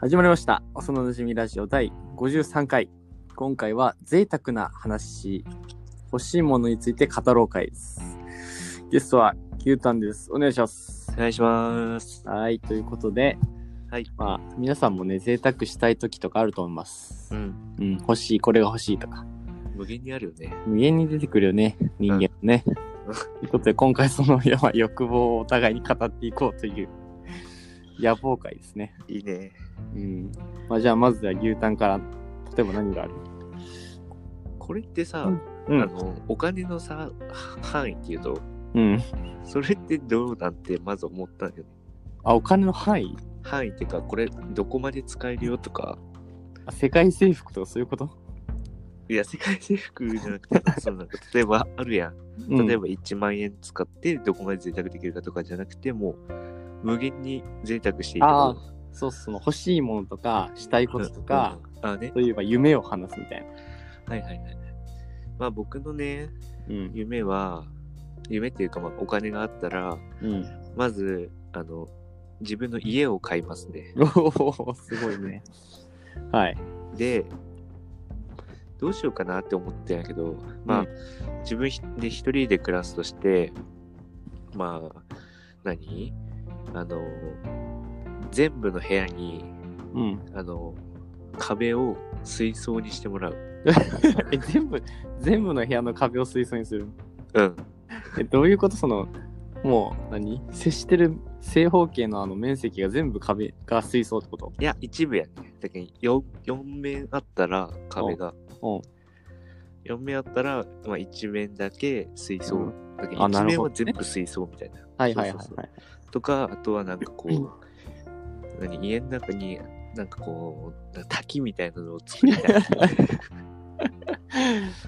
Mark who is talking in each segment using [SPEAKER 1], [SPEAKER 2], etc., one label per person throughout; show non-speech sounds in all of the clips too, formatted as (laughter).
[SPEAKER 1] 始まりました。幼なじみラジオ第53回。今回は贅沢な話、欲しいものについて語ろう会です。ゲストは Q タンです。お願いします。
[SPEAKER 2] お願いします。
[SPEAKER 1] はい、ということで、
[SPEAKER 2] はい。
[SPEAKER 1] まあ、皆さんもね、贅沢したい時とかあると思います。
[SPEAKER 2] ん。
[SPEAKER 1] うん、欲しい、これが欲しいとか。
[SPEAKER 2] 無限にあるよね。
[SPEAKER 1] 無限に出てくるよね、人間はね。ということで、今回その (laughs) やばい欲望をお互いに語っていこうという、野望会ですね。
[SPEAKER 2] いいね。
[SPEAKER 1] うん。まあ、じゃあ、まずは牛タンから、例えば何がある
[SPEAKER 2] これってさ、
[SPEAKER 1] うん
[SPEAKER 2] あの、お金のさ、は範囲っていうと、
[SPEAKER 1] うん。
[SPEAKER 2] それってどうなんてまず思ったんよね。
[SPEAKER 1] あ、お金の範囲
[SPEAKER 2] 範囲っていうか、これどこまで使えるよとか、
[SPEAKER 1] あ世界征服とかそういうこと
[SPEAKER 2] いや、世界征服じゃなく (laughs) て、そのなんか例えばあるやん。例え
[SPEAKER 1] ば。
[SPEAKER 2] ば1万円使ってどこまで贅沢できるかとかじゃなくて、もう、無限に贅沢していいと
[SPEAKER 1] あそう、その欲しいものとか、したいこととか、、
[SPEAKER 2] うんああね。
[SPEAKER 1] といえば夢を話すみたいな。
[SPEAKER 2] はいはいはい。まあ僕のね、
[SPEAKER 1] うん。
[SPEAKER 2] 夢は、夢っていうか、まあお金があったら、
[SPEAKER 1] うん。
[SPEAKER 2] まず、あの、自分の家を買いますね。
[SPEAKER 1] (laughs) おお、すごいね。はい。
[SPEAKER 2] で、どうしようかなって思ってんやけど、まあ、
[SPEAKER 1] うん
[SPEAKER 2] 自分ひで一人で暮らすとして、まあ、何あの、全部の部屋に、
[SPEAKER 1] うん。 (laughs)
[SPEAKER 2] あの、壁を水槽にしてもらう。
[SPEAKER 1] え、全部、全部の部屋の壁を水槽にする。
[SPEAKER 2] うん。
[SPEAKER 1] え、どういうことその、もう何、接してる正方形のあの面積が全部壁が水槽ってこと
[SPEAKER 2] いや、一部やね。だけど4、四面あったら壁が。
[SPEAKER 1] うん。
[SPEAKER 2] 4面あったら、まあ、1面だけ水槽。
[SPEAKER 1] う
[SPEAKER 2] だけ
[SPEAKER 1] あな
[SPEAKER 2] 1
[SPEAKER 1] る
[SPEAKER 2] 面
[SPEAKER 1] ほど
[SPEAKER 2] は
[SPEAKER 1] ね
[SPEAKER 2] 全部水槽みたいな。
[SPEAKER 1] はいはいはい
[SPEAKER 2] そうそう
[SPEAKER 1] はい。
[SPEAKER 2] とか、あとはなんかこ
[SPEAKER 1] うん
[SPEAKER 2] う、何家の中に、なんかこう、滝みたいなのを作り
[SPEAKER 1] (laughs)
[SPEAKER 2] たい。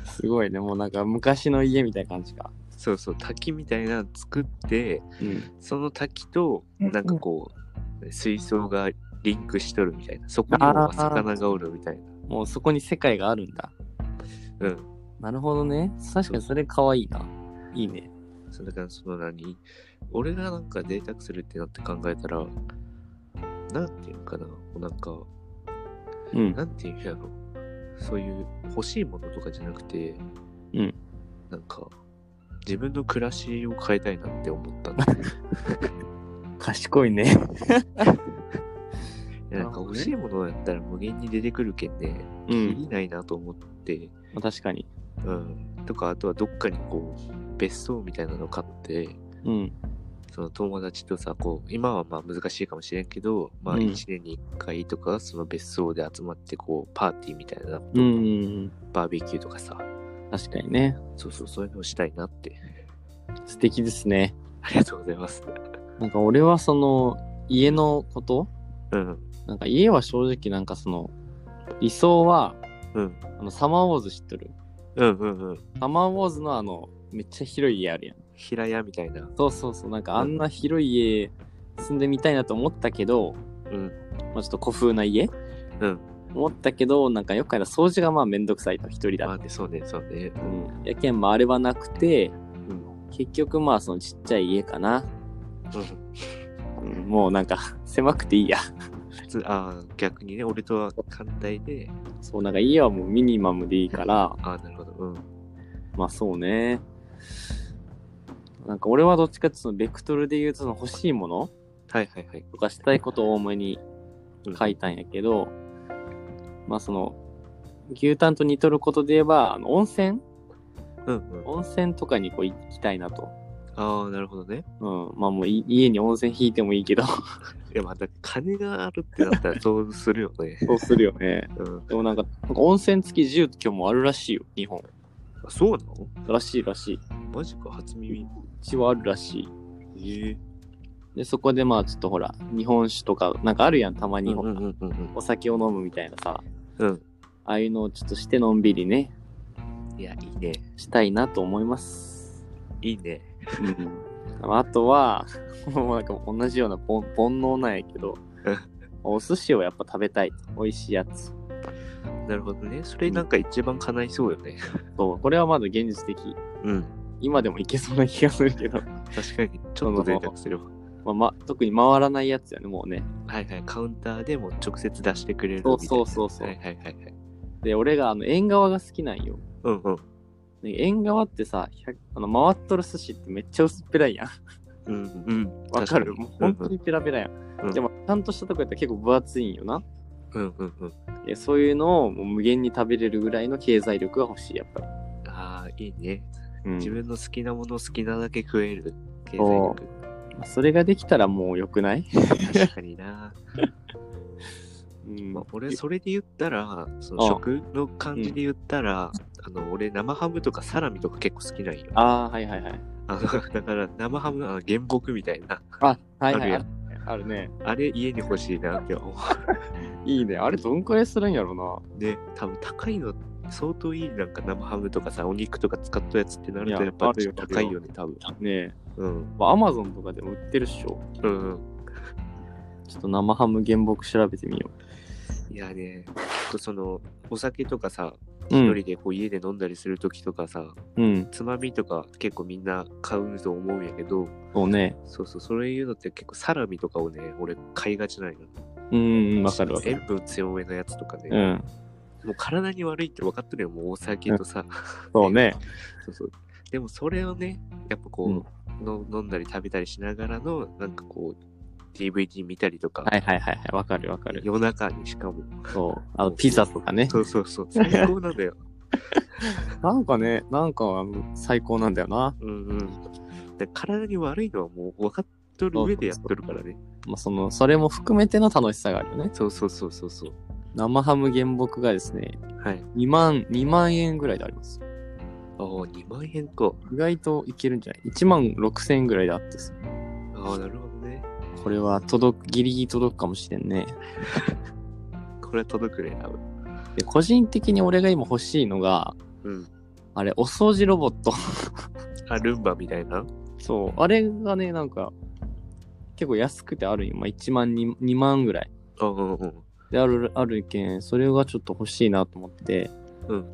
[SPEAKER 1] すごいね。もうなんか昔の家みたいな感じか。
[SPEAKER 2] そうそう、滝みたいなの作って、
[SPEAKER 1] うん。
[SPEAKER 2] その滝と、なんかこう、水槽がリンクしとるみたいな。そこに
[SPEAKER 1] あ
[SPEAKER 2] も
[SPEAKER 1] ー
[SPEAKER 2] 魚がおるみたいな。
[SPEAKER 1] もうそこに世界があるんだ。
[SPEAKER 2] うん。
[SPEAKER 1] なるほどね。確かにそれ可愛いな。いいね。
[SPEAKER 2] そうだから、その何俺がなんか贅沢するってなって考えたら、なんていうのかな、こうなんか、
[SPEAKER 1] うん。
[SPEAKER 2] なんていうんやろそういう欲しいものとかじゃなくて、
[SPEAKER 1] うん
[SPEAKER 2] なんか、自分の暮らしを変えたいなって思った
[SPEAKER 1] (laughs)
[SPEAKER 2] んだ。
[SPEAKER 1] 賢いね。
[SPEAKER 2] いやなんか欲しいものだったら無限に出てくるけんね、
[SPEAKER 1] う
[SPEAKER 2] き
[SPEAKER 1] ん。
[SPEAKER 2] りないなと思って、
[SPEAKER 1] まあ (laughs) 確かに。
[SPEAKER 2] うん。とか、あとはどっかにこう、別荘みたいなのを買って、
[SPEAKER 1] うん。
[SPEAKER 2] その友達とさ、こう、今はまあ難しいかもしれんけど、まあ
[SPEAKER 1] うん
[SPEAKER 2] 1年に1回とか、その別荘で集まって、こう、パーティーみたいな、
[SPEAKER 1] うん。
[SPEAKER 2] バーベキューとかさ、
[SPEAKER 1] 確かにね。
[SPEAKER 2] そうそう、そういうのをしたいなって。 (laughs)
[SPEAKER 1] 素敵ですね。
[SPEAKER 2] ありがとうございます。
[SPEAKER 1] なんか俺はその、家のこと
[SPEAKER 2] うん。
[SPEAKER 1] なんか家は正直なんかその、理想は、
[SPEAKER 2] うん。
[SPEAKER 1] あの、サマーウォーズ知っとる
[SPEAKER 2] うんうんうん。
[SPEAKER 1] サマーウォーズのあの、めっちゃ広い家あるやん。
[SPEAKER 2] 平屋みたいな。
[SPEAKER 1] そうそうそう。なんかあんな広い家住んでみたいなと思ったけど、
[SPEAKER 2] うん。
[SPEAKER 1] まあ、ちょっと古風な家
[SPEAKER 2] うん。
[SPEAKER 1] 思ったけど、なんかよくある掃除がまあめんどくさいと、一人だ
[SPEAKER 2] ま
[SPEAKER 1] と
[SPEAKER 2] あね、そうね、そうね。
[SPEAKER 1] うん、やけんまああれはなくて、結局まあそのちっちゃい家かな、
[SPEAKER 2] うん。
[SPEAKER 1] うんもうなんか狭くていいや
[SPEAKER 2] 普通、ああ、逆にね、俺とは反対で、
[SPEAKER 1] そうなんか家はもうミニマムでいいから
[SPEAKER 2] ああ、なるほど。うん。
[SPEAKER 1] まあそうねなんか俺はどっちかっていうとそのベクトルで言うとその欲しいもの
[SPEAKER 2] はいはいはい。
[SPEAKER 1] とかしたいことを多めに
[SPEAKER 2] うん
[SPEAKER 1] 書いたんやけど、まあその牛タンと似とることで言えばあの温泉
[SPEAKER 2] うんうん。
[SPEAKER 1] 温泉とかにこう行きたいなと、
[SPEAKER 2] ああ、なるほどね。
[SPEAKER 1] うん、まあもうい家に温泉引いてもいいけ
[SPEAKER 2] (laughs)
[SPEAKER 1] ど
[SPEAKER 2] いや、また金があるってなったらそうするよね。
[SPEAKER 1] そうするよね
[SPEAKER 2] うん。
[SPEAKER 1] でもなんか、なんか温泉付き住居もあるらしいよ、日本。
[SPEAKER 2] あそうなの
[SPEAKER 1] らしいらしい。
[SPEAKER 2] マジか、初耳。
[SPEAKER 1] うちはあるらしい。
[SPEAKER 2] ええ。
[SPEAKER 1] で、そこでまあちょっとほら、日本酒とか、なんかあるやん、たま
[SPEAKER 2] う
[SPEAKER 1] に、
[SPEAKER 2] んうんうんうん
[SPEAKER 1] お酒を飲むみたいなさ、
[SPEAKER 2] うん。
[SPEAKER 1] ああいうのをちょっとしてのんびりね、
[SPEAKER 2] うん。いや、いいね。
[SPEAKER 1] したいなと思います。
[SPEAKER 2] いいね。
[SPEAKER 1] うん。あとは、 (laughs) もうなんか同じようなぼん煩悩なんやけど
[SPEAKER 2] うん、
[SPEAKER 1] お寿司をやっぱ食べたい。美味しいやつ。
[SPEAKER 2] なるほどね。それなんか一番叶いそうよね。
[SPEAKER 1] そう、これはまだ現実的。
[SPEAKER 2] うん。
[SPEAKER 1] 今でもいけそうな気がするけど。
[SPEAKER 2] 確かに、ちょっと贅沢すれば。
[SPEAKER 1] まあまあ、特に回らないやつやね、もうね。
[SPEAKER 2] はいはい、カウンターでもう直接出してくれるみ
[SPEAKER 1] そ
[SPEAKER 2] たいうな。
[SPEAKER 1] そうそうそう
[SPEAKER 2] はいはいはいはい。
[SPEAKER 1] で、俺があの縁側が好きなんよ。
[SPEAKER 2] うんうん。
[SPEAKER 1] で縁側ってさ、100あの回っとる寿司ってめっちゃ薄っぺらいやん。
[SPEAKER 2] うんうん。
[SPEAKER 1] わかるもう本当にペラペラやん。
[SPEAKER 2] うん
[SPEAKER 1] でも、ちゃんとしたとこやったら結構分厚いんよな。
[SPEAKER 2] うんうんうん。
[SPEAKER 1] でそういうのをもう無限に食べれるぐらいの経済力が欲しい、やっぱり。
[SPEAKER 2] ああ、いいね。
[SPEAKER 1] うん
[SPEAKER 2] 自分の好きなもの好きなだけ食える経済力。
[SPEAKER 1] それができたらもう良くない、
[SPEAKER 2] 確かに (laughs) な。
[SPEAKER 1] うん
[SPEAKER 2] まあ、俺、それで言ったら、その食の感じで言ったら、あの、俺、生ハムとかサラミとか結構好きなんよ。
[SPEAKER 1] ああ、はいはいはい。
[SPEAKER 2] あの、だから、生ハムのあの原木みたいな。
[SPEAKER 1] あ、はい
[SPEAKER 2] あ
[SPEAKER 1] は
[SPEAKER 2] る
[SPEAKER 1] い。
[SPEAKER 2] や
[SPEAKER 1] あ
[SPEAKER 2] ん
[SPEAKER 1] るあるね。
[SPEAKER 2] あれ、家に欲しいなって思
[SPEAKER 1] いいね。あれどんくらいするんやろう
[SPEAKER 2] う。ね、多分高いの、相当いい、なんか生ハムとかさ、お肉とか使ったやつってなる
[SPEAKER 1] い
[SPEAKER 2] と、
[SPEAKER 1] や
[SPEAKER 2] やっぱ
[SPEAKER 1] あるよ
[SPEAKER 2] 高いよね、多分。
[SPEAKER 1] な。ねえ。
[SPEAKER 2] うん。
[SPEAKER 1] まあ、アマゾンとかでも売ってるっしょ。
[SPEAKER 2] うんうん。
[SPEAKER 1] ちょっと生ハム原木調べてみよ
[SPEAKER 2] いやね、ほんとその、お酒とかさ、
[SPEAKER 1] う。う
[SPEAKER 2] 一
[SPEAKER 1] ん。
[SPEAKER 2] 人でこう家で飲んだりするときとかさ、
[SPEAKER 1] うん。
[SPEAKER 2] つまみとか結構みんな買うと思うんやけど、
[SPEAKER 1] そうね。
[SPEAKER 2] そうそう、そういうのって結構サラミとかをね、俺買いがちなんよ。
[SPEAKER 1] うんうん、わかるわかる。
[SPEAKER 2] 塩分強めのやつとかね、
[SPEAKER 1] うん。
[SPEAKER 2] もう体に悪いって分かってるよ、もうお酒とさ。
[SPEAKER 1] そうね。
[SPEAKER 2] そうそう。でもそれをね、やっぱこう、の飲んだり食べたりしながらの、なんかこう、DVD 見たりとか、
[SPEAKER 1] はいはいはいはい。わかるわかる。
[SPEAKER 2] 夜中にしかも。
[SPEAKER 1] そう。あの、ピザとかね。
[SPEAKER 2] そうそうそう、最高なんだよ。
[SPEAKER 1] なんかね、なんかあの最高なんだよな。
[SPEAKER 2] うんうん。で体に悪いのはもう分かっとる上でやっとるからね。
[SPEAKER 1] まあ、その、それも含めての楽しさがあるよね。
[SPEAKER 2] そうそうそうそうそう。
[SPEAKER 1] 生ハム原木がですね、
[SPEAKER 2] はい。
[SPEAKER 1] 2万、2万円ぐらいであります。
[SPEAKER 2] ああ、2万円か。
[SPEAKER 1] 意外といけるんじゃない ?1 万6千円ぐらいであってさ。
[SPEAKER 2] ああ、なるほどね。
[SPEAKER 1] これは届く、ギリギリ届くかもしれんね。
[SPEAKER 2] これは届くね、多分。
[SPEAKER 1] で、個人的に俺が今欲しいのが、
[SPEAKER 2] うん。
[SPEAKER 1] あれ、お掃除ロボット。 (laughs)
[SPEAKER 2] あ、ルンバみたいな。
[SPEAKER 1] そう。あれがね、なんか、結構安くてある今、1万2、2万ぐらい。
[SPEAKER 2] うんうんうん。
[SPEAKER 1] で、ある、あるけん、それがちょっと欲しいなと思って。
[SPEAKER 2] うん。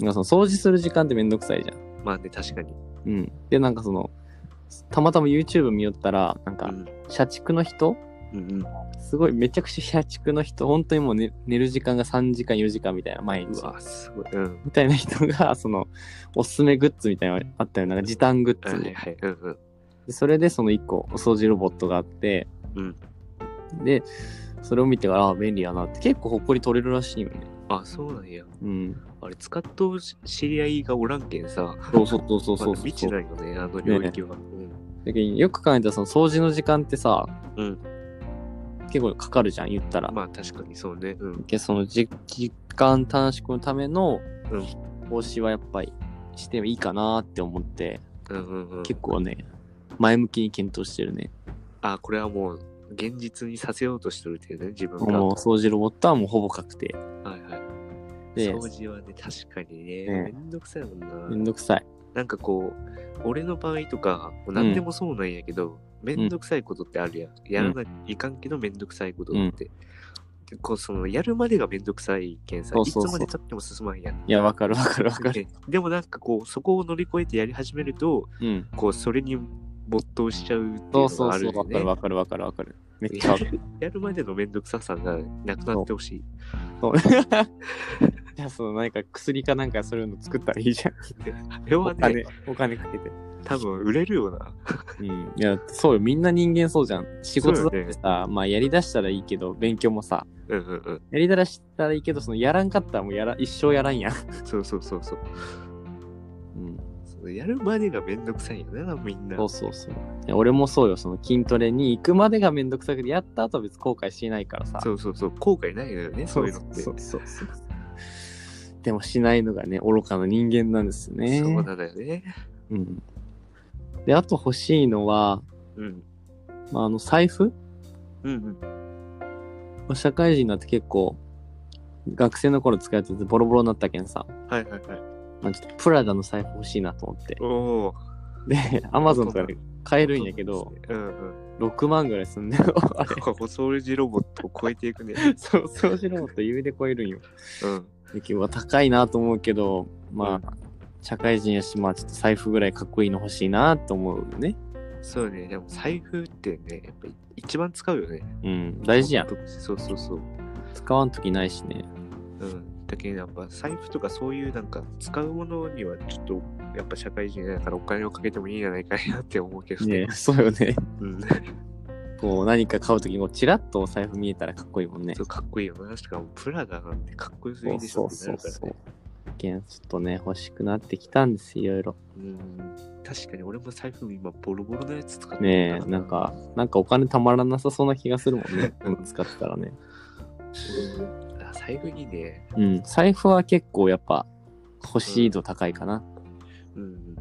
[SPEAKER 1] なんかその、掃除する時間ってめんどくさいじゃん。
[SPEAKER 2] まあね、確かに。
[SPEAKER 1] うん。で、なんかその、たまたま YouTube 見よったら、なん
[SPEAKER 2] う
[SPEAKER 1] か、
[SPEAKER 2] ん。
[SPEAKER 1] 社畜の人
[SPEAKER 2] うんうん。
[SPEAKER 1] すごい、めちゃくちゃ社畜の人、本当にもう、ね、寝る時間が3時間、4時間みたいな、毎
[SPEAKER 2] う
[SPEAKER 1] 日。
[SPEAKER 2] わ、すごい。うん。
[SPEAKER 1] みたいな人が、その、おすすめグッズみたいなのあったよ。なんか時短グッ
[SPEAKER 2] は
[SPEAKER 1] ズ
[SPEAKER 2] い
[SPEAKER 1] で。
[SPEAKER 2] はい。うんうん。
[SPEAKER 1] でそれでその1個、お掃除ロボットがあって、
[SPEAKER 2] うん
[SPEAKER 1] で、それを見てから、ああ、便利やなって、結構ほっこり取れるらしいよね。
[SPEAKER 2] あ、そうなんや。
[SPEAKER 1] うん。
[SPEAKER 2] あれ、使っとうし知り合いがおらんけんさ。
[SPEAKER 1] そうそうそうそうそう
[SPEAKER 2] (laughs) まだ未知なんよね、あの領域は。
[SPEAKER 1] だけどよく考えたら、その掃除の時間ってさ、
[SPEAKER 2] うん
[SPEAKER 1] 結構かかるじゃん、言ったら
[SPEAKER 2] うん。。まあ、確かにそうね。うん。
[SPEAKER 1] けそのじ時間短縮のための
[SPEAKER 2] うん
[SPEAKER 1] 投資はやっぱりしてもいいかなって思って、
[SPEAKER 2] うんうんうん。
[SPEAKER 1] 結構ね前向きに検討してるね
[SPEAKER 2] あ、これはもう、現実にさせようとしてるっていうね、自分が。
[SPEAKER 1] もう掃除ロボットはもうほぼ確定
[SPEAKER 2] はいはい。
[SPEAKER 1] で
[SPEAKER 2] 掃除はね、確かにね、
[SPEAKER 1] ね
[SPEAKER 2] めんどくさいもんな。
[SPEAKER 1] めんどくさい
[SPEAKER 2] なんかこう、俺の場合とか、もう何でもそうなんやけど、めんどくさいことってあるやん。やらないかんけどめんどくさいことって。でこうそのやるまでがめんどくさいけんさ、
[SPEAKER 1] そうそうそう
[SPEAKER 2] いつまでたっても進まんやん。
[SPEAKER 1] いやわかるわかるわかる
[SPEAKER 2] ででもなんかこう、そこを乗り越えてやり始めると、
[SPEAKER 1] うん
[SPEAKER 2] こう、それに没頭しちゃうっていう
[SPEAKER 1] そう
[SPEAKER 2] の
[SPEAKER 1] そ
[SPEAKER 2] が
[SPEAKER 1] う
[SPEAKER 2] あ
[SPEAKER 1] そ
[SPEAKER 2] る
[SPEAKER 1] うわ
[SPEAKER 2] よ
[SPEAKER 1] か
[SPEAKER 2] ね
[SPEAKER 1] る。わかるわかるわかるめっちゃわかる
[SPEAKER 2] (laughs) やるまでのめんどくささがなくなってほしい。 (laughs)
[SPEAKER 1] そうじゃあその何か薬かなんかそういうの作ったらいいじゃん
[SPEAKER 2] あれは
[SPEAKER 1] お
[SPEAKER 2] ね
[SPEAKER 1] 金、お金かけて
[SPEAKER 2] 多分売れるよな。
[SPEAKER 1] うんいやそうよみんな人間そうじゃん仕事だってさ、まあやりだしたらいいけど勉強もさ
[SPEAKER 2] うんうんうん。
[SPEAKER 1] やりだらしたらいいけど、そのやらんかったらもうやら一生やらんやん。
[SPEAKER 2] そうそうそうそう。
[SPEAKER 1] うん、
[SPEAKER 2] そのやるまでがめんどくさいよな、みんな。
[SPEAKER 1] そうそうそう。いや俺もそうよ、その筋トレに行くまでがめんどくさくて、やった後は別に後悔しないからさ。
[SPEAKER 2] そうそうそう、後悔ないのよね、そういうのって。
[SPEAKER 1] そ
[SPEAKER 2] そう
[SPEAKER 1] うそうそうでもしないのがね、愚かな人間なんですよね。
[SPEAKER 2] なんだよね。
[SPEAKER 1] うん。で、あと欲しいのは、
[SPEAKER 2] うん。
[SPEAKER 1] まあ、あの財布
[SPEAKER 2] うんうん。
[SPEAKER 1] 社会人になって結構、学生の頃使っててボロボロになったけんさ、
[SPEAKER 2] はいはいはい。
[SPEAKER 1] まあ、ちょっとプラダの財布欲しいなと思って。
[SPEAKER 2] おお。
[SPEAKER 1] で、アマゾンとかで買えるんやけど、
[SPEAKER 2] うんうん。
[SPEAKER 1] 6万ぐらいすんねん (laughs) あ
[SPEAKER 2] (laughs)
[SPEAKER 1] れ
[SPEAKER 2] お掃除ロボットを超えていくね。
[SPEAKER 1] そう掃除ロボット指で超え (laughs) るんよ
[SPEAKER 2] うん。
[SPEAKER 1] で今日は高いなと思うけどまあ、社会人やしまあちょっと財布ぐらいかっこいいの欲しいなと思うよね
[SPEAKER 2] そうね、でも財布ってね、やっぱ一番使うよね。
[SPEAKER 1] うん、大事やん。
[SPEAKER 2] そうそうそう。
[SPEAKER 1] 使わんときないしね。
[SPEAKER 2] うん。だけどやっぱ財布とかそういうなんか使うものにはちょっとやっぱ社会人だからお金をかけてもいいんじゃないかなって思うけど
[SPEAKER 1] ね (laughs) そうよね。
[SPEAKER 2] うん。
[SPEAKER 1] こう、何か買うときも、チラッとお財布見えたらかっこいいもんね。
[SPEAKER 2] そうかっこいいよな。しかもプラダなんてかっこよす
[SPEAKER 1] そ
[SPEAKER 2] ぎ
[SPEAKER 1] う
[SPEAKER 2] でし
[SPEAKER 1] そ
[SPEAKER 2] ょ
[SPEAKER 1] う
[SPEAKER 2] って
[SPEAKER 1] そ
[SPEAKER 2] な
[SPEAKER 1] う
[SPEAKER 2] るから
[SPEAKER 1] そ
[SPEAKER 2] ね
[SPEAKER 1] う。けんちょっとね、欲しくなってきたんです、いろいろ。
[SPEAKER 2] うん。確かに俺も財布今ボロボロのやつ使ってるから
[SPEAKER 1] ねえ、なん。か、なんかお金たまらなさそうな気がするもんね。 (laughs) うん使ってたらね。
[SPEAKER 2] うんあ財布にね、
[SPEAKER 1] うん、財布は結構やっぱ、欲しい度高いかな。
[SPEAKER 2] うん。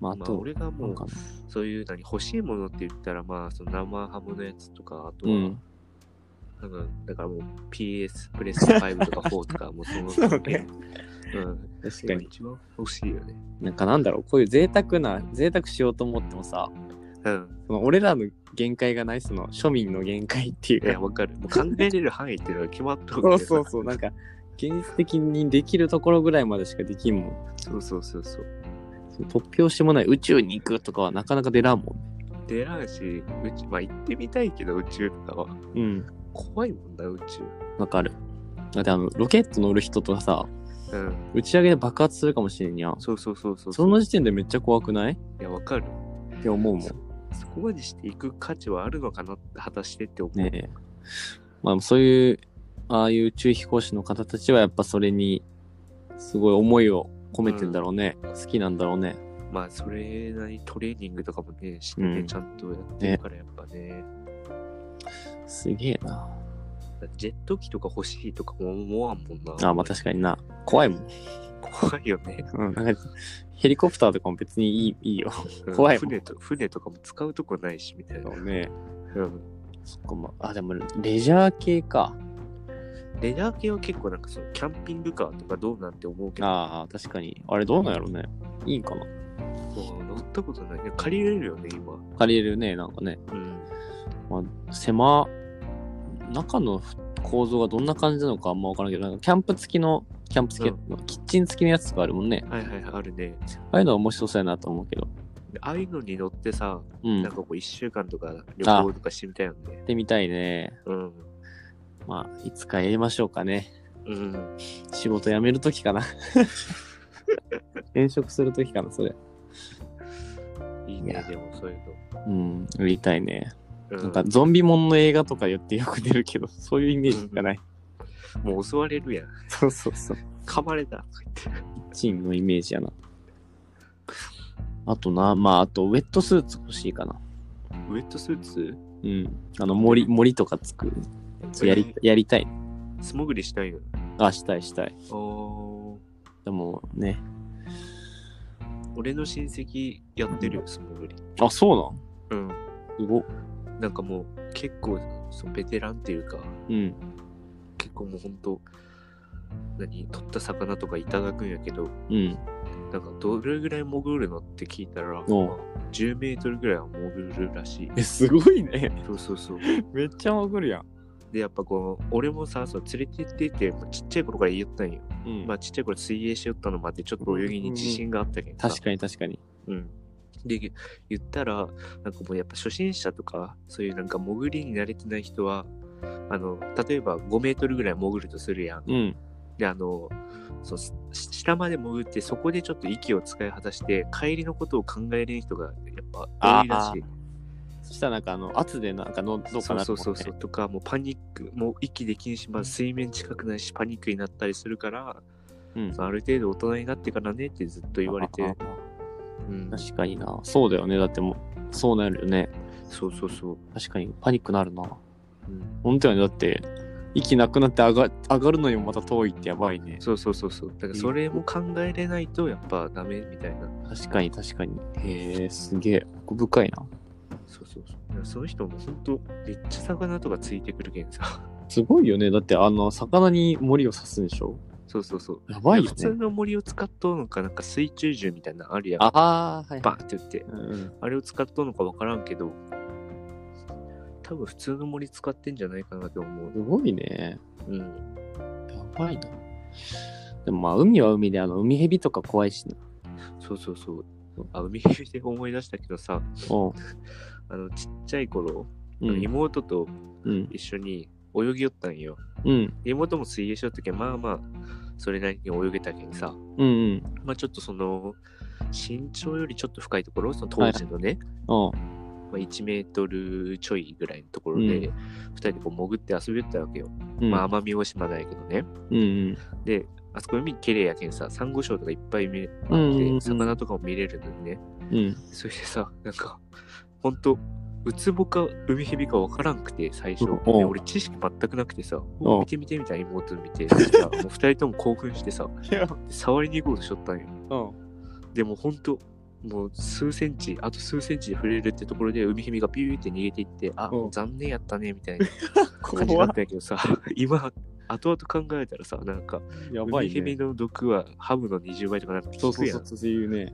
[SPEAKER 1] まあ、あ
[SPEAKER 2] まあ
[SPEAKER 1] と、
[SPEAKER 2] 俺が
[SPEAKER 1] な
[SPEAKER 2] も
[SPEAKER 1] ん
[SPEAKER 2] う
[SPEAKER 1] かな
[SPEAKER 2] そういう何欲しいものって言ったらまあその生ハムのやつとかあと
[SPEAKER 1] う
[SPEAKER 2] は、
[SPEAKER 1] ん。
[SPEAKER 2] なんかだからもう PS プレステ5とか4とかもうそ
[SPEAKER 1] (laughs)
[SPEAKER 2] の
[SPEAKER 1] そうね
[SPEAKER 2] うん
[SPEAKER 1] 確
[SPEAKER 2] 今。一番欲しいよね
[SPEAKER 1] なんかなんだろう、こういう贅沢な、贅沢しようと思ってもさ、
[SPEAKER 2] うん
[SPEAKER 1] その俺らの限界がない、その庶民の限界っていう
[SPEAKER 2] いや
[SPEAKER 1] か、
[SPEAKER 2] わかるもう考えれる範囲っていうのは決まった
[SPEAKER 1] そうそうそう、なんか、現実的にできるところぐらいまでしかできんもん。
[SPEAKER 2] そうそうそうそう
[SPEAKER 1] その突拍子もない宇宙に行くとかはなかなか出らんもん。
[SPEAKER 2] 出らんし宇宙まあ行ってみたいけど宇宙とかは
[SPEAKER 1] うん、
[SPEAKER 2] 怖いもんな宇宙
[SPEAKER 1] わかる。だってあの、ロケット乗る人とかさ、
[SPEAKER 2] うん
[SPEAKER 1] 打ち上げで爆発するかもしれんやん。
[SPEAKER 2] そうそうそうそう
[SPEAKER 1] その時点でめっちゃ怖くない
[SPEAKER 2] いやわかる
[SPEAKER 1] って思うもん。
[SPEAKER 2] そこまでしていく価値はあるのかな果たしてって思う、
[SPEAKER 1] ねえ。まあそういう、ああいう宇宙飛行士の方たちはやっぱそれに、すごい思いを込めてんだろうね。好きなんだろうね。
[SPEAKER 2] まあそれなりにトレーニングとかもねして
[SPEAKER 1] う
[SPEAKER 2] ね、
[SPEAKER 1] ん
[SPEAKER 2] ちゃんとやってるからやっぱね
[SPEAKER 1] すげえな。
[SPEAKER 2] ジェット機とか欲しいとかも思わんもんな。
[SPEAKER 1] ああまあ確かにな。怖いもん。
[SPEAKER 2] 怖いよ
[SPEAKER 1] (laughs)
[SPEAKER 2] ね。
[SPEAKER 1] うん。なんか、ヘリコプターとかも別にいいいいよ。怖いもん
[SPEAKER 2] 船と。船とかも使うとこないしみたいな。
[SPEAKER 1] ね。
[SPEAKER 2] うん
[SPEAKER 1] そっかまあ、あ、でもレジャー系か。
[SPEAKER 2] レジャー系は結構なんかそのキャンピングカーとかどうなんて思うけど、
[SPEAKER 1] ああ、確かに。あれどうなんやろうね。いいんかな。
[SPEAKER 2] もう乗ったことない。でも借りれるよね、今。
[SPEAKER 1] 借りれるね、なんかね。
[SPEAKER 2] うん。
[SPEAKER 1] まあ、狭、中の構造がどんな感じなのかあんまわからんけど、なんかキャンプ付きの、キャンプ付き、キッチン付きのやつとかあるもんね。
[SPEAKER 2] はいはいはい、あるね。
[SPEAKER 1] ああいうのは面白そうやなと思うけど。
[SPEAKER 2] でああいうのに乗ってさ、
[SPEAKER 1] うん。
[SPEAKER 2] なん
[SPEAKER 1] 行
[SPEAKER 2] かこう1週間とか旅行とかしてみたいよね
[SPEAKER 1] っ。てみたいね。
[SPEAKER 2] うん。
[SPEAKER 1] まあ、いつかやりましょうかね。
[SPEAKER 2] うん。
[SPEAKER 1] 仕事辞めるときか (laughs) な。転職するときかな、それ。
[SPEAKER 2] いい
[SPEAKER 1] いや
[SPEAKER 2] ね、でもそういう
[SPEAKER 1] うん、売りたいね。
[SPEAKER 2] の。
[SPEAKER 1] な
[SPEAKER 2] うんん、
[SPEAKER 1] か、ゾンビモンの映画とか言ってよく出るけど、そういうイメージしかない。
[SPEAKER 2] もう襲われるやん。
[SPEAKER 1] そうそうそう。
[SPEAKER 2] 噛まれたとか言って。
[SPEAKER 1] チームのイメージやな。あとな、まあ、あと、ウェットスーツ欲しいかな。
[SPEAKER 2] ウェットスーツ
[SPEAKER 1] うん。あの、森、森とかつく。やり、やりたい。
[SPEAKER 2] 素潜りしたいよ。
[SPEAKER 1] あ、したいしたい。
[SPEAKER 2] あ
[SPEAKER 1] でもね。
[SPEAKER 2] 俺の親戚やってるよ、素潜り。
[SPEAKER 1] あ、そ
[SPEAKER 2] うん。
[SPEAKER 1] うなんすごっ。
[SPEAKER 2] なんかもう結構そうベテランっていうか、
[SPEAKER 1] うん。
[SPEAKER 2] 結構もうほんと、何、取った魚とかいただくんやけど、
[SPEAKER 1] うん。
[SPEAKER 2] なんかどれぐらい潜るのって聞いたら、まあ
[SPEAKER 1] おう
[SPEAKER 2] 10メートルぐらいは潜るらしい。
[SPEAKER 1] え、すごいね。 (laughs)
[SPEAKER 2] そうそうそう。
[SPEAKER 1] めっちゃ潜るやん。
[SPEAKER 2] で、やっぱこう、俺もさ、そう連れてってって、もうちっちゃい頃から言ったんよ。
[SPEAKER 1] うん。
[SPEAKER 2] まあちっちゃい頃水泳しよったのもあって、ちょっと泳ぎに自信があったけどさ。
[SPEAKER 1] 確かに確かに。
[SPEAKER 2] うん。で、言ったら、なんかもうやっぱ初心者とか、そういうなんか潜りに慣れてない人は、あの、例えば5メートルぐらい潜るとするやん。
[SPEAKER 1] うん。
[SPEAKER 2] で、あの、そうし下まで潜って、そこでちょっと息を使い果たして、帰りのことを考えれん人がやっぱ多いらしい。
[SPEAKER 1] そしたらなんかあの、圧でなんかの、どうか
[SPEAKER 2] そう
[SPEAKER 1] なと
[SPEAKER 2] そ
[SPEAKER 1] 思
[SPEAKER 2] う
[SPEAKER 1] って。
[SPEAKER 2] そうそう。とか、もうパニック、もう息できんし、まあ水面近くないし、パニックになったりするから、
[SPEAKER 1] うん
[SPEAKER 2] ある程度大人になってからねってずっと言われ
[SPEAKER 1] ああ
[SPEAKER 2] て、
[SPEAKER 1] あ
[SPEAKER 2] うん、
[SPEAKER 1] 確かにな。そうだよね。だってもう、そうなるよね。
[SPEAKER 2] そうそうそう。
[SPEAKER 1] 確かに、パニックなるな。
[SPEAKER 2] うん
[SPEAKER 1] 本当よね。だって、息なくなって上が上がるのにもまた遠いってやばいね。
[SPEAKER 2] そうそうそうそう。だからそれも考えれないとやっぱダメみたいな。
[SPEAKER 1] 確かに確かに。へえ、すげえ。奥深いな。
[SPEAKER 2] そうそうそう。だからその人も本当めっちゃ魚とかついてくるけんさ。 (laughs)
[SPEAKER 1] すごいよね。だって、あの、魚に森を刺すんでしょ
[SPEAKER 2] そうそうそう。
[SPEAKER 1] やばいよ
[SPEAKER 2] 普通
[SPEAKER 1] ね。
[SPEAKER 2] の森を使っとうのか、なんか水中銃みたいなのあるやん。
[SPEAKER 1] ああ、はい、
[SPEAKER 2] バンって言って。
[SPEAKER 1] うんうん。
[SPEAKER 2] あれを使っとうのかわからんけど、多分普通の森使ってんじゃないかなと思う。
[SPEAKER 1] すごいね。
[SPEAKER 2] うん。
[SPEAKER 1] やばいな。でもまあ、海は海で、あの、海蛇とか怖いしな。
[SPEAKER 2] そうそうそう。あの、右で思い出したけどさ、
[SPEAKER 1] おう
[SPEAKER 2] あの、ちっちゃい頃、
[SPEAKER 1] う
[SPEAKER 2] あの
[SPEAKER 1] ん。
[SPEAKER 2] 妹と
[SPEAKER 1] うん。
[SPEAKER 2] 一緒に泳ぎよったんよ。
[SPEAKER 1] うん。
[SPEAKER 2] 妹も水泳しよったけん、まあまあ、それなりに泳げたけんさ、
[SPEAKER 1] うん。うん。
[SPEAKER 2] まあちょっとその、身長よりちょっと深いところ、その当時のね、
[SPEAKER 1] おう
[SPEAKER 2] まあ、1メートルちょいぐらいのところで、
[SPEAKER 1] う
[SPEAKER 2] 2人でこう潜って遊びよったわけよ。
[SPEAKER 1] うん。
[SPEAKER 2] まあ、奄美大島だけどね。
[SPEAKER 1] うん。
[SPEAKER 2] で、あそこ海綺麗やけんさ、サンゴ礁とかいっぱい見れて、
[SPEAKER 1] うんうんうん
[SPEAKER 2] 魚とかも見れるのにね。
[SPEAKER 1] うん。
[SPEAKER 2] それでさ、なんか、ほんと、ウツボかウミヘビかわからんくて、最初。
[SPEAKER 1] うん
[SPEAKER 2] で俺、知識全くなくてさ、
[SPEAKER 1] うん
[SPEAKER 2] 見てみてみたいな妹見て、そしたらもう二人とも興奮してさ、
[SPEAKER 1] いや、
[SPEAKER 2] で触りに行こうとしとったんよ。
[SPEAKER 1] うん。
[SPEAKER 2] でもほんと、もう数センチ、あと数センチで触れるってところで、ウミヘビがビューって逃げていって、あ、
[SPEAKER 1] うん
[SPEAKER 2] 残念やったね、みた
[SPEAKER 1] (laughs)
[SPEAKER 2] いな感じだったんやけどさ、今、後々考えたらさ、なんか、
[SPEAKER 1] や
[SPEAKER 2] ウ
[SPEAKER 1] ば
[SPEAKER 2] ミ
[SPEAKER 1] い
[SPEAKER 2] ヘビ
[SPEAKER 1] ね。
[SPEAKER 2] の毒はハムの20倍とかなんか
[SPEAKER 1] そう
[SPEAKER 2] 効
[SPEAKER 1] そ
[SPEAKER 2] く
[SPEAKER 1] う
[SPEAKER 2] や
[SPEAKER 1] そ
[SPEAKER 2] ん
[SPEAKER 1] う。そういうね。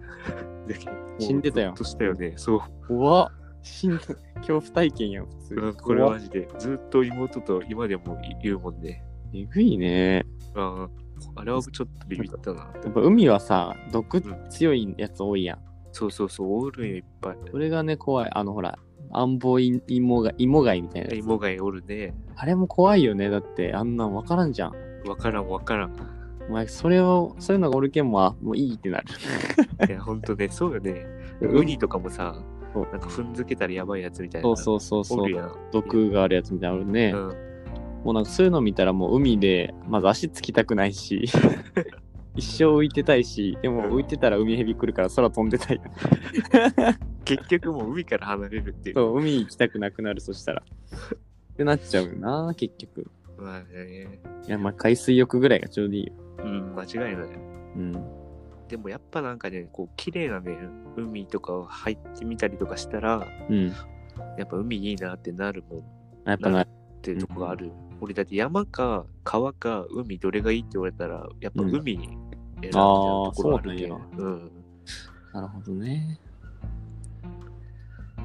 [SPEAKER 2] だけどもう
[SPEAKER 1] 死んでたよ
[SPEAKER 2] ゾッとしたよね。そう。
[SPEAKER 1] 怖っ。死んだ。恐怖体験やん、普通
[SPEAKER 2] うん。これマジで。ずっと妹と今でも言うもんね。
[SPEAKER 1] えぐいね。
[SPEAKER 2] ああれはちょっとビビったなって
[SPEAKER 1] やっ。ぱ海はさ、毒強いやつ多いやん。
[SPEAKER 2] そうそうそう、おるんよ、いっぱい。
[SPEAKER 1] それがね、怖い。あの、ほら、アンボイ芋が、芋貝みたいなやつ。
[SPEAKER 2] 芋がおるね。
[SPEAKER 1] あれも怖いよね。だって、あんなん分からんじゃん。
[SPEAKER 2] わからんわからん。
[SPEAKER 1] お前、それを、そういうのがおるけんも、あもういいってなる。
[SPEAKER 2] いや、ほんとね、そうよね。ウニとかもさ、
[SPEAKER 1] そう
[SPEAKER 2] なんか踏んづけたらやばいやつみたいな。
[SPEAKER 1] そうそうそうそ
[SPEAKER 2] お
[SPEAKER 1] う
[SPEAKER 2] る。やん。
[SPEAKER 1] 毒があるやつみたいなのあるね。
[SPEAKER 2] うん。
[SPEAKER 1] もうなんかそういうの見たらもう海で、まず足つきたくない
[SPEAKER 2] (laughs)
[SPEAKER 1] し、一生浮いてたいし、でも浮いてたら海蛇来るから空飛んでたいよ。
[SPEAKER 2] 結局もう海から離れるっていう。
[SPEAKER 1] そう、海行きたくなくなる、そしたら。ってなっちゃうよな、結局。
[SPEAKER 2] まあね。
[SPEAKER 1] いや、まあ海水浴ぐらいがちょうどいいよ。
[SPEAKER 2] うん、間違いない。
[SPEAKER 1] うん。
[SPEAKER 2] でもやっぱなんかね、こう綺麗なね、海とか入ってみたりとかしたら、
[SPEAKER 1] うん。
[SPEAKER 2] やっぱ海いいなってなるもんっ
[SPEAKER 1] やっぱな、
[SPEAKER 2] てとこがある。俺だって山か川か海どれがいいって言われたら、やっぱ海に選んじゃうところあるけ
[SPEAKER 1] あ
[SPEAKER 2] ど、
[SPEAKER 1] ー
[SPEAKER 2] うん。
[SPEAKER 1] なるほどね。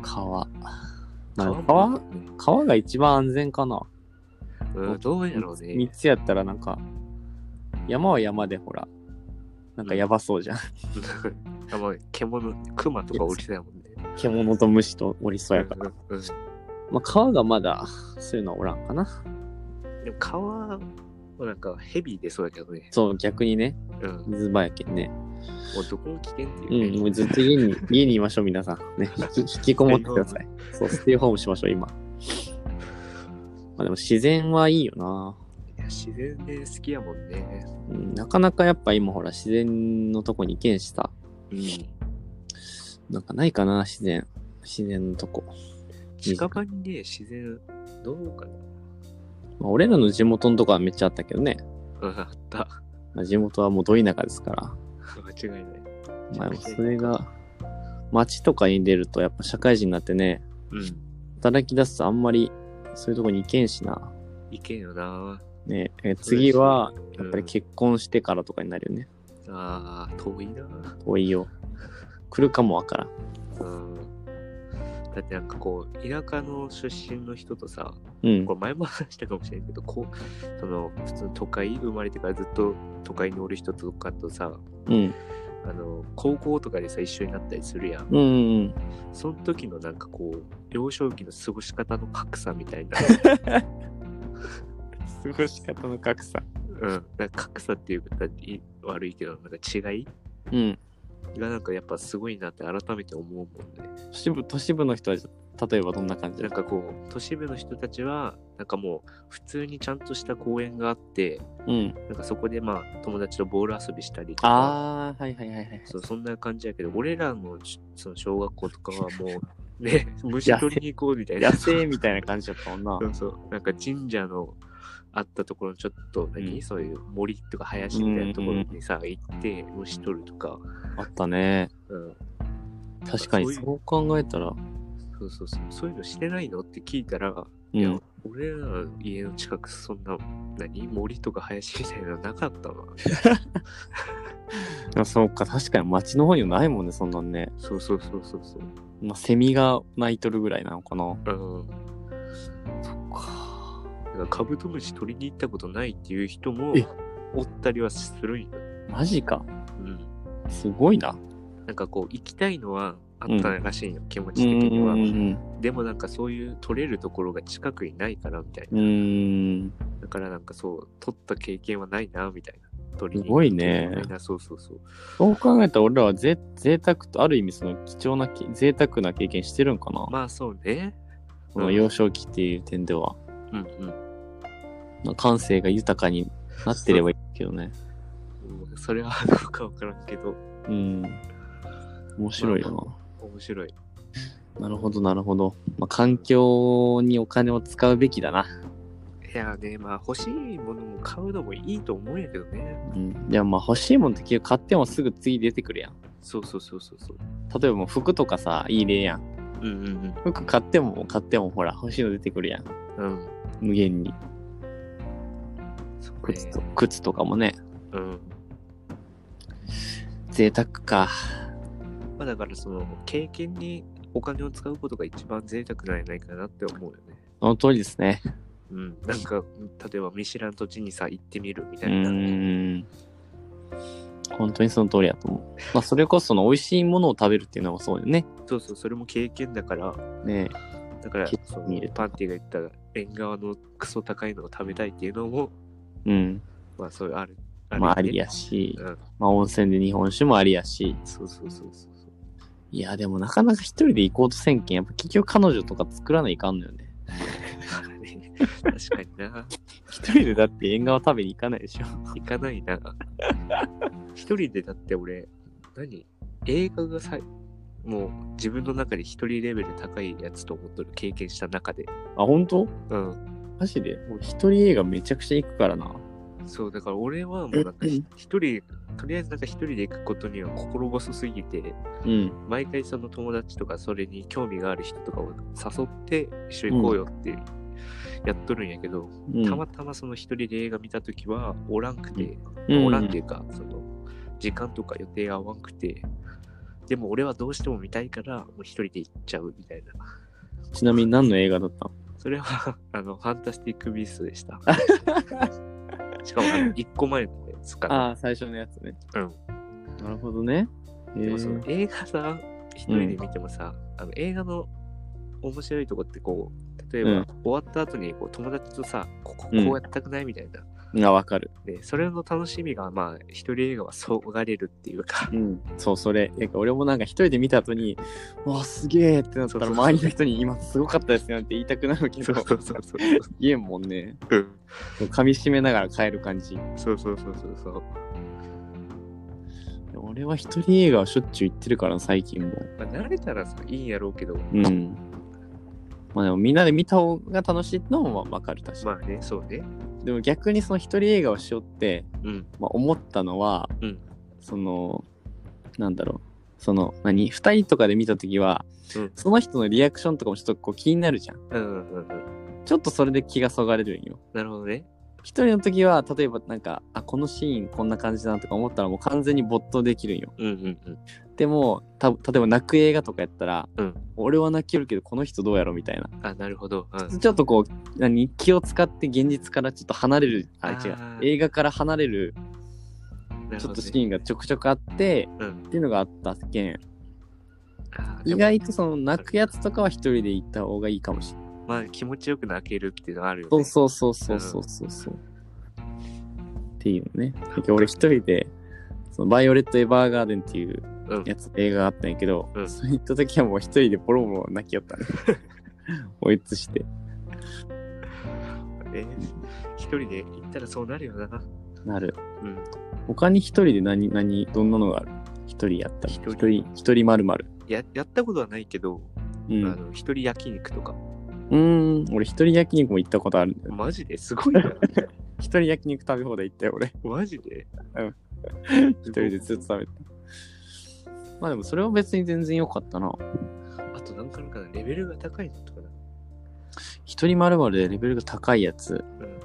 [SPEAKER 1] 川。まあ
[SPEAKER 2] 川
[SPEAKER 1] 川
[SPEAKER 2] もね
[SPEAKER 1] 川が一番安全かな。
[SPEAKER 2] うん、どうやろう
[SPEAKER 1] 3
[SPEAKER 2] ね。
[SPEAKER 1] つやったらなんか、山は山でほら、なんかやばそうじゃん。
[SPEAKER 2] (laughs)
[SPEAKER 1] (laughs)
[SPEAKER 2] あまあ獣、熊とか降りてたもんね。
[SPEAKER 1] 獣と虫とおりそうやから。
[SPEAKER 2] うん
[SPEAKER 1] まあ、川がまだ、そういうのはおらんかな。
[SPEAKER 2] でも川はなんかヘビでそうだけどね。
[SPEAKER 1] そう、逆にね、
[SPEAKER 2] うん。も
[SPEAKER 1] 水場やけんね。
[SPEAKER 2] うどこも危険って
[SPEAKER 1] う、
[SPEAKER 2] いうんね。
[SPEAKER 1] もうずっと家 (laughs) に、家にいましょう、皆さん。ね、引き引きこもってください。そう、ステイホームしましょう、今。まあでも自然はいいよな。
[SPEAKER 2] いや自然で好きやもんね。
[SPEAKER 1] うん、なかなかやっぱ今ほら自然のとこに行けんしさ。
[SPEAKER 2] うん。
[SPEAKER 1] なんかないかな、自然。自然のとこ。
[SPEAKER 2] 近場にね、自然、どうかな
[SPEAKER 1] まあ、俺らの地元のとこはめっちゃあったけどね。
[SPEAKER 2] うんあった。
[SPEAKER 1] まあ、地元はもうど田舎ですから。
[SPEAKER 2] 間違いな
[SPEAKER 1] ま
[SPEAKER 2] い。
[SPEAKER 1] あ、それが、街とかに出ると、やっぱ社会人になってね、
[SPEAKER 2] うん。
[SPEAKER 1] 働き出すとあんまりそういうとこに行けんしな。
[SPEAKER 2] いけんよな。
[SPEAKER 1] ねえー次は、
[SPEAKER 2] う
[SPEAKER 1] や
[SPEAKER 2] ん
[SPEAKER 1] っぱり結婚してからとかになるよね。
[SPEAKER 2] ああ、遠いな。
[SPEAKER 1] 遠いよ。来るかもわからん。
[SPEAKER 2] うん。だってなんかこう、田舎の出身の人とさ、
[SPEAKER 1] うん
[SPEAKER 2] こ。れ前も話したかもしれんけど、こう、その、普通の都会、生まれてからずっと都会におる人とかとさ、
[SPEAKER 1] うん。
[SPEAKER 2] あの、高校とかでさ、一緒になったりするやん。
[SPEAKER 1] うんうん。
[SPEAKER 2] その時のなんかこう、幼少期の過ごし方の格差みた (laughs) いな。
[SPEAKER 1] 過ごし方の格差。
[SPEAKER 2] うん。なんか格差っていうか、い悪いけど、なんか違い
[SPEAKER 1] うん。
[SPEAKER 2] がなんかやっぱすごいなって改めて思うもんね。
[SPEAKER 1] 都市部、都市部の人は、例えばどんな感じ
[SPEAKER 2] なんかこう都市部の人たちはなんかもう普通にちゃんとした公園があって
[SPEAKER 1] うん。
[SPEAKER 2] なんかそこでまあ友達とボール遊びしたりとか
[SPEAKER 1] ああ、はいはいはい
[SPEAKER 2] (laughs)
[SPEAKER 1] はい。
[SPEAKER 2] そうそんな感じやけど俺らのしその小学校とかはも (laughs) うね虫取りに行こうみたいな
[SPEAKER 1] 野生みたいな感じだったもんな
[SPEAKER 2] そ。うそうなんか神社のあったところのちょっと何、
[SPEAKER 1] うん
[SPEAKER 2] そういう森とか林みたいなところにさ、行って虫取るとか、
[SPEAKER 1] あったね。
[SPEAKER 2] うん、
[SPEAKER 1] 確かに、
[SPEAKER 2] そ
[SPEAKER 1] そう
[SPEAKER 2] いう
[SPEAKER 1] 考えたら。
[SPEAKER 2] そうそうそうそういうのしてないのって聞いたら
[SPEAKER 1] う
[SPEAKER 2] いや
[SPEAKER 1] ん。、
[SPEAKER 2] 俺らの家の近く、そんな、何森とか林みたいなのなかったわ。
[SPEAKER 1] でもそうか、確かに街の方にはないもんね、そんなんね。
[SPEAKER 2] そうそうそうそうそう。
[SPEAKER 1] まあ、セミが鳴いとるぐらいなのかな。
[SPEAKER 2] うん。
[SPEAKER 1] そっか。
[SPEAKER 2] だからカブトムシ取りに行ったことないっていう人も
[SPEAKER 1] え、
[SPEAKER 2] おったりはするんよ。
[SPEAKER 1] マジか。
[SPEAKER 2] うん。
[SPEAKER 1] すごいな。
[SPEAKER 2] なんかこう行きたいのはあったらしいの、気持ち的には、でもなんかそういう取れるところが近くにないからみたいな、
[SPEAKER 1] うん。
[SPEAKER 2] だからなんかそう取った経験はないなみたいな取りに
[SPEAKER 1] すごいね
[SPEAKER 2] 行った経験はないなそうそうそう
[SPEAKER 1] そう考えたら俺らはぜ贅沢とある意味その貴重なき贅沢な経験してるんかな、
[SPEAKER 2] まあそうね
[SPEAKER 1] この幼少期っていう点では
[SPEAKER 2] うんうん
[SPEAKER 1] 感性が豊かになってればいいけどね
[SPEAKER 2] もうそれはどうかわからんけど
[SPEAKER 1] うん面白いよな、
[SPEAKER 2] 面白い
[SPEAKER 1] なるほどなるほど、まあ、環境にお金を使うべきだな、
[SPEAKER 2] いやねまあ欲しいものも買うのもいいと思うんやけどね
[SPEAKER 1] うん、でもまあ欲しいもんって結局買ってもすぐ次出てくるやん
[SPEAKER 2] そうそうそうそうそう
[SPEAKER 1] 例えばもう服とかさいい例やん
[SPEAKER 2] うんうん
[SPEAKER 1] 服買っても買ってもほら欲しいの出てくるやん
[SPEAKER 2] うんうん
[SPEAKER 1] 無限に
[SPEAKER 2] そうね
[SPEAKER 1] 靴と,、靴とかもね
[SPEAKER 2] うん
[SPEAKER 1] 贅沢か
[SPEAKER 2] まあだからその経験にお金を使うことが一番贅沢なんじゃないかなって思うよね。
[SPEAKER 1] その通りですね
[SPEAKER 2] うん。なんか、例えば見知らん土地にさ、行ってみるみた
[SPEAKER 1] う
[SPEAKER 2] いな。うん
[SPEAKER 1] ーん本当にその通りだと思う。まあ、それこそその美味しいものを食べるっていうのもそうだよね。
[SPEAKER 2] そうそう、それも経験だから、
[SPEAKER 1] ね
[SPEAKER 2] だから
[SPEAKER 1] 経、
[SPEAKER 2] そ
[SPEAKER 1] 見る
[SPEAKER 2] のパンティが言った縁側のクソ高いのを食べたいっていうのも、
[SPEAKER 1] えうん。
[SPEAKER 2] まあそういうある。
[SPEAKER 1] まあ、あ
[SPEAKER 2] るよ
[SPEAKER 1] り
[SPEAKER 2] ね
[SPEAKER 1] やし、
[SPEAKER 2] うん。
[SPEAKER 1] まあ、温泉で日本酒もありやし。
[SPEAKER 2] そうそうそうそう。
[SPEAKER 1] いや、でもなかなか一人で行こうとせんけん、やっぱ結局彼女とか作らないかんのよね。
[SPEAKER 2] まあね確かにな。
[SPEAKER 1] 一人でだって縁側食べに行かないでしょ。 (laughs)
[SPEAKER 2] 行かないな。一人でだって俺、何映画がさ、もう自分の中で一人レベル高いやつと思っとる経験した中で。
[SPEAKER 1] あ、本当
[SPEAKER 2] うん。
[SPEAKER 1] マジでもう一人映画めちゃくちゃ行くからな。
[SPEAKER 2] そう、だから俺はもうなんかひ一人、とりあえずなんか一人で行くことには心細すぎて、
[SPEAKER 1] うん。
[SPEAKER 2] 毎回その友達とかそれに興味がある人とかを誘って一緒に行こうよってやっとるんやけど、
[SPEAKER 1] うん、
[SPEAKER 2] たまたまその一人で映画見たときはおらんくて、
[SPEAKER 1] うん
[SPEAKER 2] おらんっていうか、その、時間とか予定が合わんくて、でも俺はどうしても見たいから、もう一人で行っちゃうみたいな。
[SPEAKER 1] ちなみに何の映画だったの
[SPEAKER 2] それは、 (laughs) あの、ファンタスティック・ビースト
[SPEAKER 1] (laughs)
[SPEAKER 2] でした。しかも、あの一個前のやつかな。
[SPEAKER 1] ああ、最初のやつね。
[SPEAKER 2] うん。
[SPEAKER 1] なるほどね。え
[SPEAKER 2] でもその
[SPEAKER 1] ー、
[SPEAKER 2] 映画さ、一人で見てもさ、あの映画の面白いとこってこう、例えば、
[SPEAKER 1] うん
[SPEAKER 2] 終わった後にこう友達とさ、こここう
[SPEAKER 1] うん
[SPEAKER 2] やったくないみたいな。
[SPEAKER 1] がわかる。
[SPEAKER 2] で、それの楽しみが、まあ、一人映画はそがれるっていうか、
[SPEAKER 1] うん、そうそれなんか俺もなんか一人で見た後に「わあすげえ!」ってなったら
[SPEAKER 2] そうそうそう
[SPEAKER 1] 周りの人に「今すごかったですよ」って言いたくなるけ
[SPEAKER 2] そ
[SPEAKER 1] ど
[SPEAKER 2] うそうそうそう。
[SPEAKER 1] 言えんもんね
[SPEAKER 2] うん
[SPEAKER 1] 噛み締めながら帰る感じ
[SPEAKER 2] そうそうそうそうそう。
[SPEAKER 1] 俺は一人映画はしょっちゅう行ってるから最近も
[SPEAKER 2] まあ、慣れたらさ、いいんやろうけど、
[SPEAKER 1] うんまあでもみんなで見た方が楽しいのもわかる確か
[SPEAKER 2] まあね、そうね。
[SPEAKER 1] にでも逆にその一人映画をしようって、
[SPEAKER 2] うん。
[SPEAKER 1] まあ、思ったのは、
[SPEAKER 2] うん
[SPEAKER 1] そのなんだろうその何2人とかで見た時は、
[SPEAKER 2] うん
[SPEAKER 1] その人のリアクションとかもちょっとこう気になるじゃん
[SPEAKER 2] うんうんうんうん。
[SPEAKER 1] ちょっとそれで気がそがれるんよ
[SPEAKER 2] なるほどね。
[SPEAKER 1] 一人の時は例えばなんかあこのシーンこんな感じだなとか思ったらもう完全に没頭できるんよ
[SPEAKER 2] うんうんうん。
[SPEAKER 1] でもた例えば泣く映画とかやったら、
[SPEAKER 2] うん
[SPEAKER 1] 俺は泣きよるけどこの人どうやろみたいな
[SPEAKER 2] あ、なるほど。うん、
[SPEAKER 1] ちょっとこう何気を使って現実からちょっと離れるあ
[SPEAKER 2] あ
[SPEAKER 1] 違う
[SPEAKER 2] ー
[SPEAKER 1] 映画から離れる
[SPEAKER 2] なる
[SPEAKER 1] ち
[SPEAKER 2] ほ
[SPEAKER 1] ょっと
[SPEAKER 2] ど
[SPEAKER 1] シ
[SPEAKER 2] ね、
[SPEAKER 1] ーンがちょくちょくあって、
[SPEAKER 2] うん
[SPEAKER 1] っていうのがあったっけん
[SPEAKER 2] あーで
[SPEAKER 1] 意
[SPEAKER 2] も
[SPEAKER 1] 外とその泣くやつとかは一人で行った方がいいかもしれない
[SPEAKER 2] まあ、気持ちよく泣けるっていうのはあるよ
[SPEAKER 1] そう
[SPEAKER 2] ね。
[SPEAKER 1] そうそうそうそうそうそう、っていうねだけど俺一人でそのバイオレット・エヴァーガーデンっていう
[SPEAKER 2] うん。
[SPEAKER 1] やつ映画があったんやけど、
[SPEAKER 2] うん
[SPEAKER 1] それ行った時はもう一人でボロボロ泣きよった
[SPEAKER 2] (laughs)
[SPEAKER 1] ね追いつして
[SPEAKER 2] えー一人で行ったらそうなるよな。
[SPEAKER 1] なる
[SPEAKER 2] うん。
[SPEAKER 1] 他に一人で何何どんなのがある一人やったら
[SPEAKER 2] 一人
[SPEAKER 1] 一人一人まるまる
[SPEAKER 2] ややったことはないけど、
[SPEAKER 1] う
[SPEAKER 2] あ
[SPEAKER 1] ん
[SPEAKER 2] の一人焼肉とか、
[SPEAKER 1] うーん俺一人焼肉も行ったことあるんだよ
[SPEAKER 2] マジですごい
[SPEAKER 1] (laughs)
[SPEAKER 2] な。
[SPEAKER 1] 一人焼肉食べ放題行ったよ俺
[SPEAKER 2] マジで
[SPEAKER 1] うん。
[SPEAKER 2] 一
[SPEAKER 1] 一人でずっと食べたまあでもそれは別に全然良かったな
[SPEAKER 2] あと、なんかなんかなレベルが高いのとかな。
[SPEAKER 1] 一人まるまるでレベルが高いやつ
[SPEAKER 2] うん。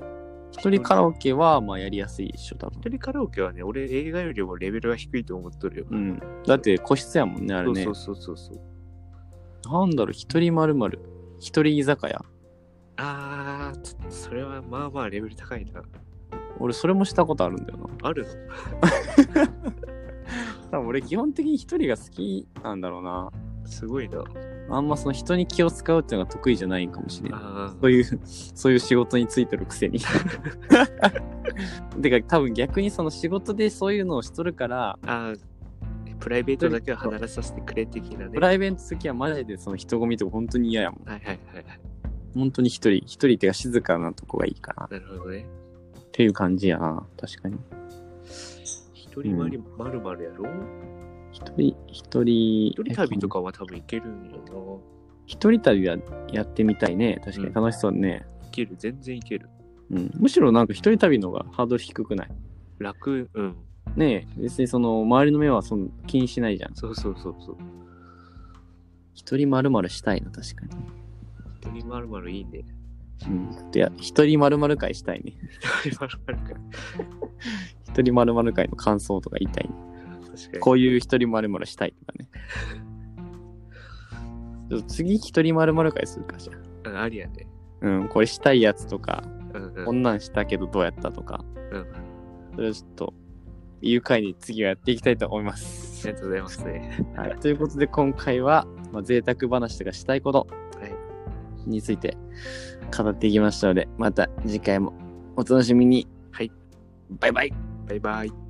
[SPEAKER 1] 一人カラオケはまあやりやすいでしょ多分
[SPEAKER 2] 一人カラオケはね、俺映画よりもレベルが低いと思っとるよ。
[SPEAKER 1] うんだって個室やもんねあれね
[SPEAKER 2] そうそうそうそうそう。
[SPEAKER 1] なんだろう一人まるまる一人居酒屋
[SPEAKER 2] あー、ちょっとそれはまあまあレベル高いな。
[SPEAKER 1] 俺それもしたことあるんだよな
[SPEAKER 2] ある
[SPEAKER 1] 多分俺基本的に一人が好きなんだろうな。
[SPEAKER 2] すごいな。
[SPEAKER 1] あんまその人に気を使うっていうのが得意じゃないんかもしれない。
[SPEAKER 2] あ
[SPEAKER 1] そういう、そういう仕事についてるくせに。てか多分逆にその仕事でそういうのをしとるから、
[SPEAKER 2] ああープライベートだけは離れさせてくれ的なね。
[SPEAKER 1] プライベート好きはマジでその人混みとか本当に嫌やもん。
[SPEAKER 2] はいはいはいはい。
[SPEAKER 1] 本当に一人、一人っていうか静かなとこがいいかな。っ
[SPEAKER 2] なるほどね。
[SPEAKER 1] ていう感じやな。確かに。
[SPEAKER 2] 一人まりまるまるやろ
[SPEAKER 1] 一人、一人。
[SPEAKER 2] 一人旅と
[SPEAKER 1] か。
[SPEAKER 2] かは多分行けるんよ
[SPEAKER 1] 一人旅はやってみたいね。確かに楽しそうね。
[SPEAKER 2] な。行ける、全然行ける。
[SPEAKER 1] うん、むしろなんか一人旅の方がハードル低くない
[SPEAKER 2] 楽、うん。
[SPEAKER 1] ねえ別にその周りの目はその気にしないじゃん
[SPEAKER 2] そうそうそうそう。
[SPEAKER 1] 一人まるまるしたいな確かに、
[SPEAKER 2] 一人まるまるいいね。
[SPEAKER 1] うん、ちょっとや一人まるまる会したいね
[SPEAKER 2] 一人まるまるか。
[SPEAKER 1] 一人まるまる会の感想とか言いたい、ね、
[SPEAKER 2] 確かに。
[SPEAKER 1] こういう一人まるまるしたいとかねちょっと次一人まるまる会するかじゃ
[SPEAKER 2] うんありやね。
[SPEAKER 1] あうんこれしたいやつとか
[SPEAKER 2] うんう
[SPEAKER 1] こ
[SPEAKER 2] ん。
[SPEAKER 1] んなんしたけどどうやったとか
[SPEAKER 2] うん
[SPEAKER 1] それをちょっという会に次はやっていきたいと思います
[SPEAKER 2] ありがとうございますね。
[SPEAKER 1] はい、ということで今回は、まあ、贅沢話とかしたいこと
[SPEAKER 2] はい
[SPEAKER 1] について語っていきましたのでまた次回もお楽しみに。
[SPEAKER 2] はい、
[SPEAKER 1] バイバイ
[SPEAKER 2] バイバイ。